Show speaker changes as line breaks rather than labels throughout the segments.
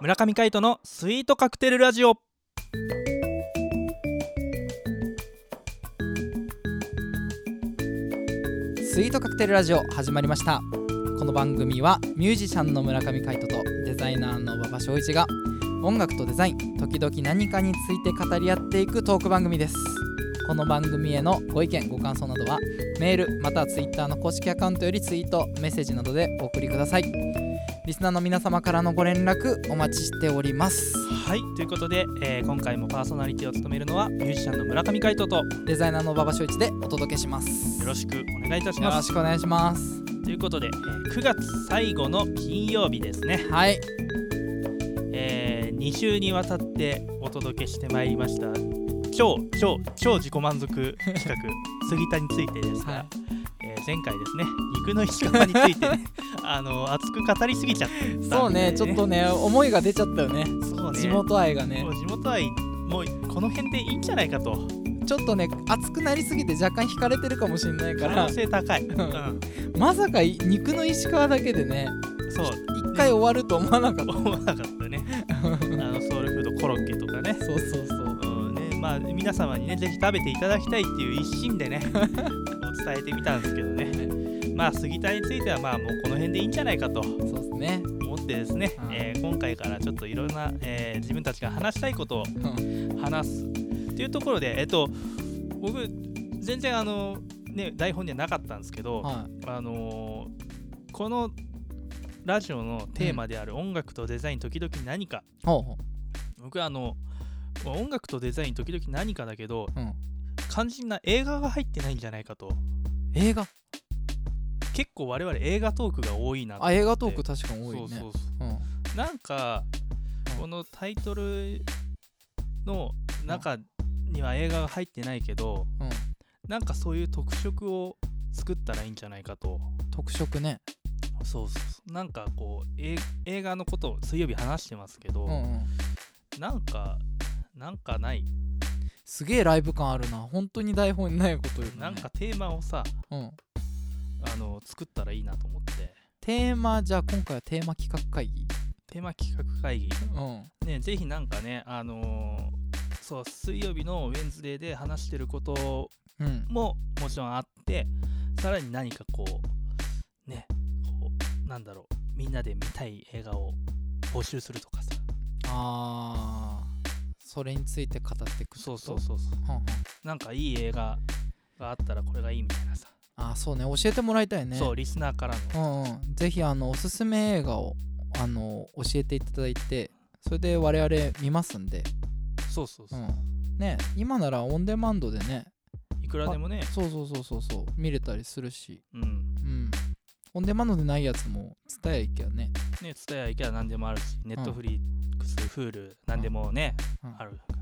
村上海人のスイートカクテルラジオ
スイートカクテルラジオ始まりましたこの番組はミュージシャンの村上海人とデザイナーの馬場翔一が音楽とデザイン時々何かについて語り合っていくトーク番組ですこの番組へのご意見ご感想などはメールまたはツイッターの公式アカウントよりツイートメッセージなどでお送りくださいリスナーの皆様からのご連絡お待ちしております
はいということで、えー今回もパーソナリティを務めるのはミュージシャンの村上海人とよ
デザイナーの馬場翔一でお届けします
ろしくお願いいたし
よ
ま
ろ
す
しくお願いします
ということで、えー9月最後の金曜日ですね、
はい
え2週にわたってお届けしてまいりました超超超自己満足企 画杉田についてですが、
はい
えー前回ですね肉の生き方につい てねあの熱く語りすぎちゃったんで
そうねちょっとね思いが出ちゃったよね
そうね
地元愛がね
もう地元愛もうこの辺でいいんじゃないかと
ちょっとね熱くなりすぎて若干引かれてるかもしれないか
可
ら
能性高い、うん
ん、まさかい肉の石川だけでね
そう
一回終わると思わなかっ
思わなかったねあ
た
のソウルフードコロッケとかね,、
そうそうそう
うん、ねまあ皆様にねぜひ食べていただきたいっていう一心でねお伝えてみたんですけどねまあ杉田についてはまあもうこの辺でいいんじゃないかと
そうですね
思ってですね、
うん
えー今回からちょっといろんな、えー自分たちが話したいことを
うん
話すっていうところでえっと僕全然あのね台本にはなかったんですけど、
は
あのーこのラジオのテーマである音楽とデザイン時々何か、
いほうほ
僕はあのまあ音楽とデザイン時々何かだけど
う、うん、
肝心な映画が入ってないんじゃないかと
映画
結構我々映画トークが多いなと
あ映画トーク確かに多い
そ
ね
うそう
うん
そうなんか
うん
このタイトルの中には映画が入ってないけど
うん
なんかそういう特色を作ったらいいんじゃないかと
特色ね
そうそうそうなんかこうえ映画のことを水曜日話してますけど、
うんうん
なんかなんかない
すげえライブ感あるな本当に台本にないこと言うね
なんかテーマをさ
うん
あの作ったらいいなと思って
テーマじゃあ今回はテーマ企画会議
テーマ企画会議
うん
ねぜひなんかねあのーそう水曜日のウェンズデーで話してること
うん
ももちろんあってさらに何かこうねこうなんだろうみんなで見たい映画を募集するとかさ
あーそれについて語っていく
そうそうそうそう
う、うんうん、
なんかいい映画があったらこれがいいみたいなさ、
あーそうね教えてもらいたいね
そうリスナーからの
うんうん、ぜひあのおすすめ映画をあの教えていただいてそれで我々見ますんで、
そうそう
う
そう、
ん、ね今ならオンデマンドでね
いくらでもね
そうそうそうそうそう見れたりするし、
うん
うん、オンデマンドでないやつも伝えいけばね
ね、ツタヤ行けば何でもあるし、ネットフリックス、フール、何でもね、
うん
あるから。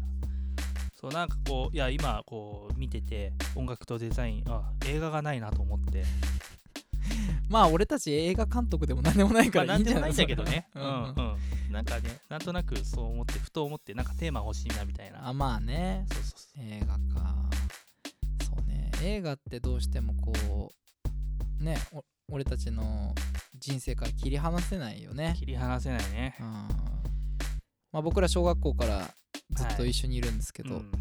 そう、なんかこう、いや、今、こう、見てて、音楽とデザイン、あ、映画がないなと思って。
まあ俺たち映画監督でも何でもないか
ま
ら
あ
いいん
で
じ
もな
ゃない
いん
そ
だ
れ
け
は
どね。う
うんん
う
うん
ん。なんかね、なんとなくそう思って、ふと思って、なんかテーマ欲しいなみたいな。
あまあね
そうそうそ
映画かそうね映画ってどうしてもこうねお俺たちの人生から切り離せないよね
う。切り離せないね
う。んまあ、僕ら小学校からずっと一緒にいるんですけど、
うん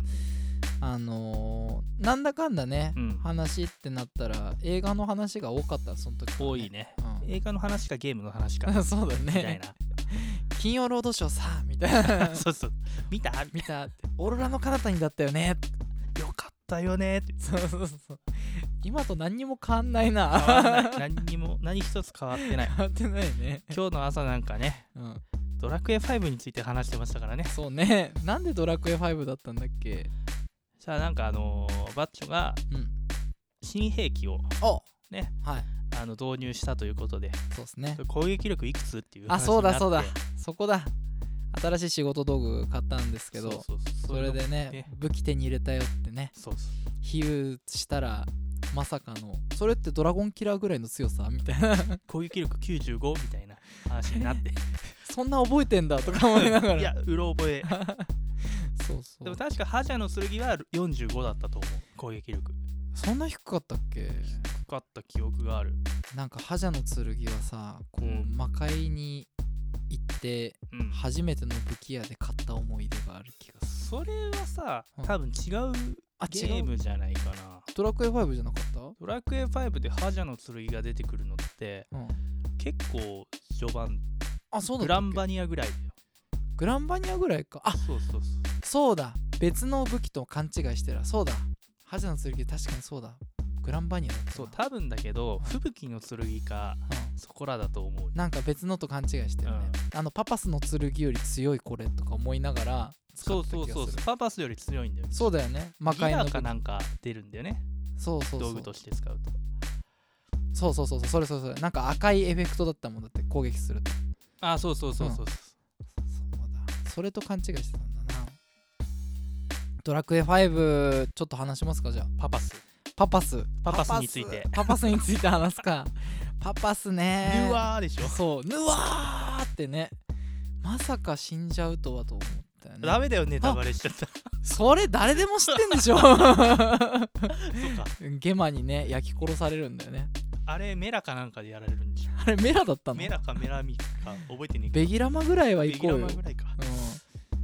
あのーなんだかんだね、
うん
話ってなったら映画の話が多かったその時、
多い、ね。
うん、
映画の話かゲームの話か。
そうだ
みたい
ね
な。
「金曜ロードショーさ」みたいな
そう そう。見た
見た「オーロラの彼方にだったよね
よかったよねって」。
そうそうそう今と何にも変わんないな
変わんない何にも、何一つ変わって ない。
変わってないね、
今日の朝なんかね
うん、
ドラクエ5について話してましたからね
そうねなんで「ドラクエ5」だったんだっけ
じゃあなんかあのーバッチョが
うん
新兵器を
あ
ね
はい
あの導入したということで
そうですね
攻撃力いくつっていう
あ
話
そう
になっ
だ
て
そうだそこだ新しい仕事道具買ったんですけど
そう
そ
そうそう
れでね
ね
武器手に入れたよってね
そうそう
比喩したらまさかのそれってドラゴンキラーぐらいの強さみたいな
攻撃力95みたいな話になって
そんな覚えて んだとか思いながら
いやうろ 覚え
そうそ
で
う
も確か覇者の剣は45だったと思う攻撃力
そんな低かったっ
し
け
かった記憶がある
なんか覇者の剣はさこう、
うん
魔界に行って
うん
初めての武器屋で買った思い出がある気がす
そ
る
れはさ
うん
多分違う
あ
ゲー
違う
ムじゃないかな
ドラクエ5じゃなかっ
ドラクエ5で覇者の剣が出てくるのって
たうん
結構序盤
あそうだ
グ
った
ラ
っけ
ンバニアぐらいだよ
グランバニアぐらいかあ
そうそうそう
そうだ別の武器と勘違いしてるそうだハゼの剣確かにそうだグランバニアだったな
そう多分だけど
うん
吹雪の剣か
う
そこらだと思うよ
ん、なんか別のと勘違いしてるね、あのパパスの剣より強いこれとか思いながら使
そ
っ
う
た気
そ
が
う
する
そうパパスより強いんだよ
そうだよね魔
ギ
界の
ガ
武器
かなんか出るんだよね
そうそうそ
道
う
具として使うと
そうそうそうそうそれそれそれなんか赤いエフェクトだったもんだって攻撃すると
あそうそうそうそうそう
そうだそれと勘違いしてたんだなドラクエ5ちょっと話しますかじゃあ
パパス
パパス
パパスについて
パパスについて話 すかパパスね
うわーでしょ
そうぬわーってねまさか死んじゃうとはと思ったよね
ダメだよネタバレしちゃった
それ誰でも知ってんでし ょ
そうか
ゲマにね焼き殺されるんだよね
あれメラかなんかでやられるんでしょ
あれメラだったの
メラかメラミか覚えてねえけど
ベギラマぐらいは
ベ
行
ギ
こう
ラ
よ
マぐらいか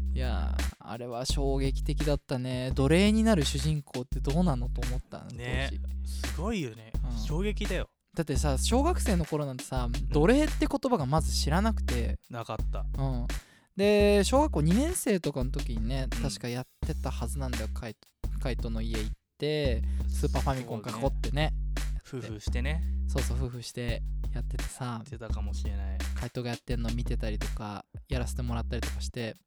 うん、いやーあれは衝撃的だったね奴隷になる主人公ってどうなのと思ったの
ね
当時
すごいよね
うん
衝撃だよ
だってさ小学生の頃なんてさ奴隷って言葉がまず知らなくて、
なかった
うん、で小学校2年生とかの時にね
うん
確かやってたはずなんだよカイトカイトの家行ってスーパーファミコン囲ってね
夫婦してね
そうそう夫婦してやっててさ
出たかもしれない
カイトがやってんの見てたりとかやらせてもらったりとかして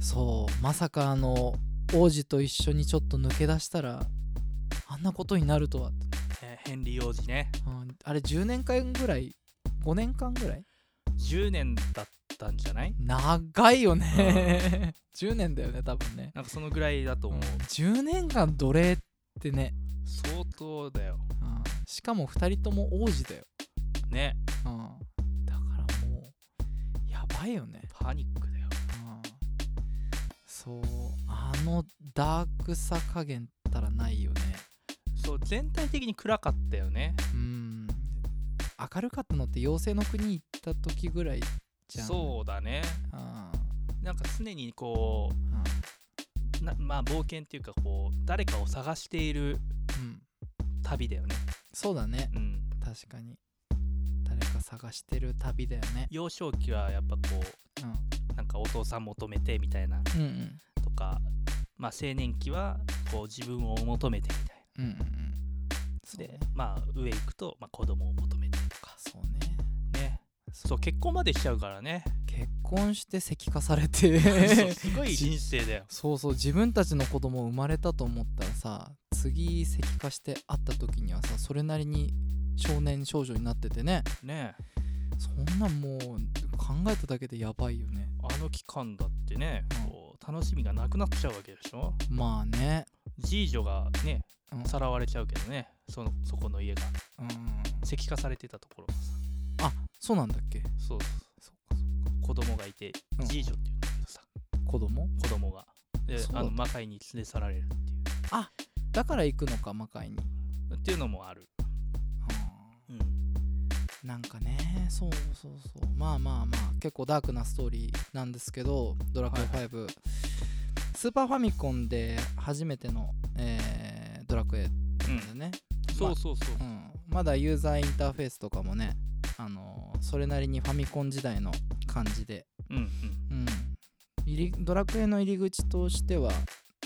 そうまさかあの王子と一緒にちょっと抜け出したらあんなことになるとは、
えーヘンリー王子ね
うんあれ10年間ぐらい5年間ぐらい
10年だったんじゃない
長いよ ね10年だよね多分ね、
なんかそのぐらいだと
うん
思う
10年間奴隷ってね、
相当だよ
うんしかも2人とも王子だよ、
ね
うんだからもうやばいよね
パニックだよ
うんそうあのダークさ加減ったらないよね
そう全体的に暗かったよね
うん明るかったのって妖精の国行った時ぐらいじゃん
そうだね
うん、うん
なんか常にこうなまあ冒険っていうかこう誰かを探している
うん
旅だよね
そうだね
うん
確かに誰か探してる旅だよね、
幼少期はやっぱこう
うん、
なんかお父さん求めてみたいな
うんうん
とかまあ青年期はこう自分を求めてみたい
うんうんうんそう
なで
ね
まあ上行くと、まあ、子供を求めてとか
そうね
ねそう結婚までしちゃうからね
結婚して石化されて
そう すごい人生だよ
そうそう自分たちの子供生まれたと思ったらさ次石化して会った時にはさそれなりに少年少女になっててね
ね
そんなんもう考えただけでやばいよね
あの期間だってね
うん
こう楽しみがなくなっちゃうわけでしょ
まあね
次女がね
うん
さらわれちゃうけどねそのそこの家が
うん
石化されてたところがさ
あそうなんだっけ
そう
そっかそ
子供がいて
うん
次女っていうんだけどさ
っか子供
子供がで
そうだ
あの魔界に連れ去られるってい
だから行くのか魔界に
うっていうのもある
う
うん
んなんかねそうそうそうまあまあまあ結構ダークなストーリーなんですけど「ドラクエ
は
5」スーパーファミコンで初めての、えードラクエ
う
なんんだよね、
そうそうそう
うん、まだユーザーインターフェースとかもね、あのーそれなりにファミコン時代の感じで、
うんうん
うん、入りドラクエの入り口としては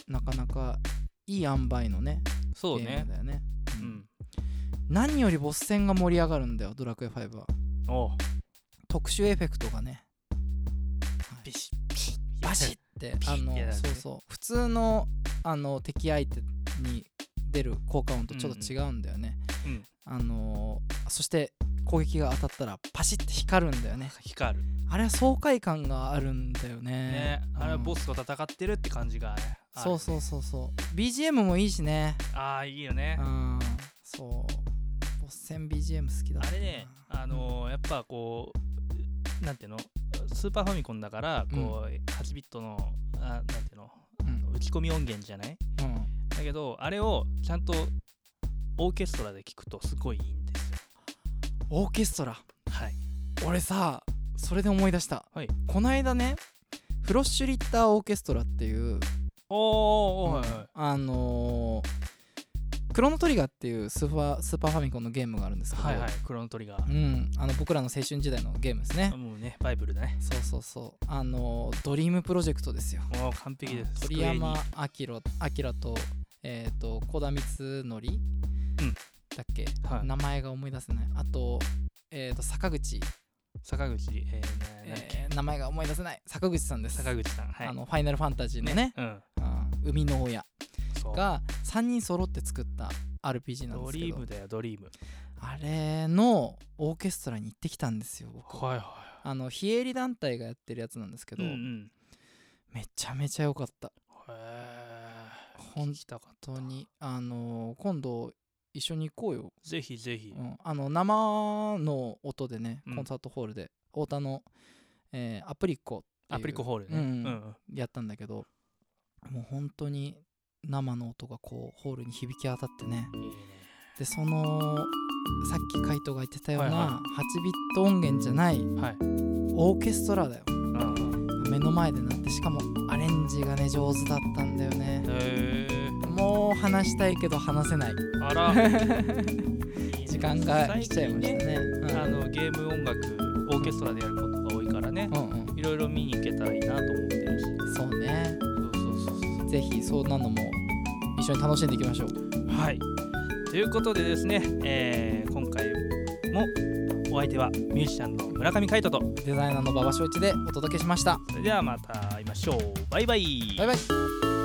なかなかいい塩梅のね
そう
ゲー
ね
ムだよね、う
うんん
何よりボス戦が盛り上がるんだよドラクエ5は
おう
特殊エフェクトがね
ビシッビシッ
バシッてあの
ピッてやられて
そうそう普通のあの敵相手に出る効果音とちょっと違うんだよね、
うん
あのーそして攻撃が当たったらパシッて光るんだよね
光る
あれは爽快感があるんだよね
ねあれは
うん
ボスと戦ってるって感じがねある
そうそうそうそう BGM もいい しね
ああいいよね
うんそうボス戦 BGM 好きだった
あ
な
れねあのーやっぱこうなんていうのスーパーファミコンだからこう、8ビットのあなんていうの
うん
打ち込み音源じゃない
うん
だけどあれをちゃんとオーケストラで聴くとすごいいいんですよ
オーケストラ
はい
俺さそれで思い出した、
はい
こないだねフロッシュリッターオーケストラっていう
おー
うんあのークロノトリガーっていうスーパースーパーファミコンのゲームがあるんですけど、
はいはいクロノトリガー
うん、あの僕らの青春時代のゲームですね、
もうねバイブルだね
そうそうそうあのードリームプロジェクトですよ
もう完璧です机
鳥
に
山明明とえっ、と小田光則、だっけ、
はい
名前が思い出せないあと,、えー、と坂口、
坂口えーななんだっけ
えー名前が思い出せない坂口さんです
坂口さんはい
あのファイナルファンタジーのね
うん
うん、海の親
そう
が3人揃って作った RPG なんで
ド
すけ
リー
ど
ムだよドリーム
あれのオーケストラに行ってきたんですよ僕
はいは
あの非営利団体がやってるやつなんですけど、
うんうん
めちゃめちゃ良かった
へえ
本当にあの今度一緒に行こうよ、
ぜひぜひ
うん、あの生の音でね
うん
コンサートホールで、太田の、えーアプリコっていう
アプリコホールね
う
うんん
う
うんん
やったんだけどもう本当に生の音がこうホールに響き渡ってね
いいね
でそのさっきカイトが言ってたような、
はい
8ビット音源じゃない
はい
オーケストラだよ
うん
目の前でなってしかもアレンジがね上手だったんだよね
へえ
もう話したいけど話せ ない
あら
時間が来ちゃいました
最近
ね
あのゲーム音楽オーケストラでやることが多いからね
うん、うん
いろいろ見に行けたらいいなと思ってるし
うんそうね
そうそうそうそう
ぜひそんなのも一緒に楽しんでいきましょう
はい。ということでですね、えー今回もお相手はミュージシャンの村上海人と、
デザイナーの馬場翔一でお届けしました
それではまた会いましょう。バイバイ。
バイバイ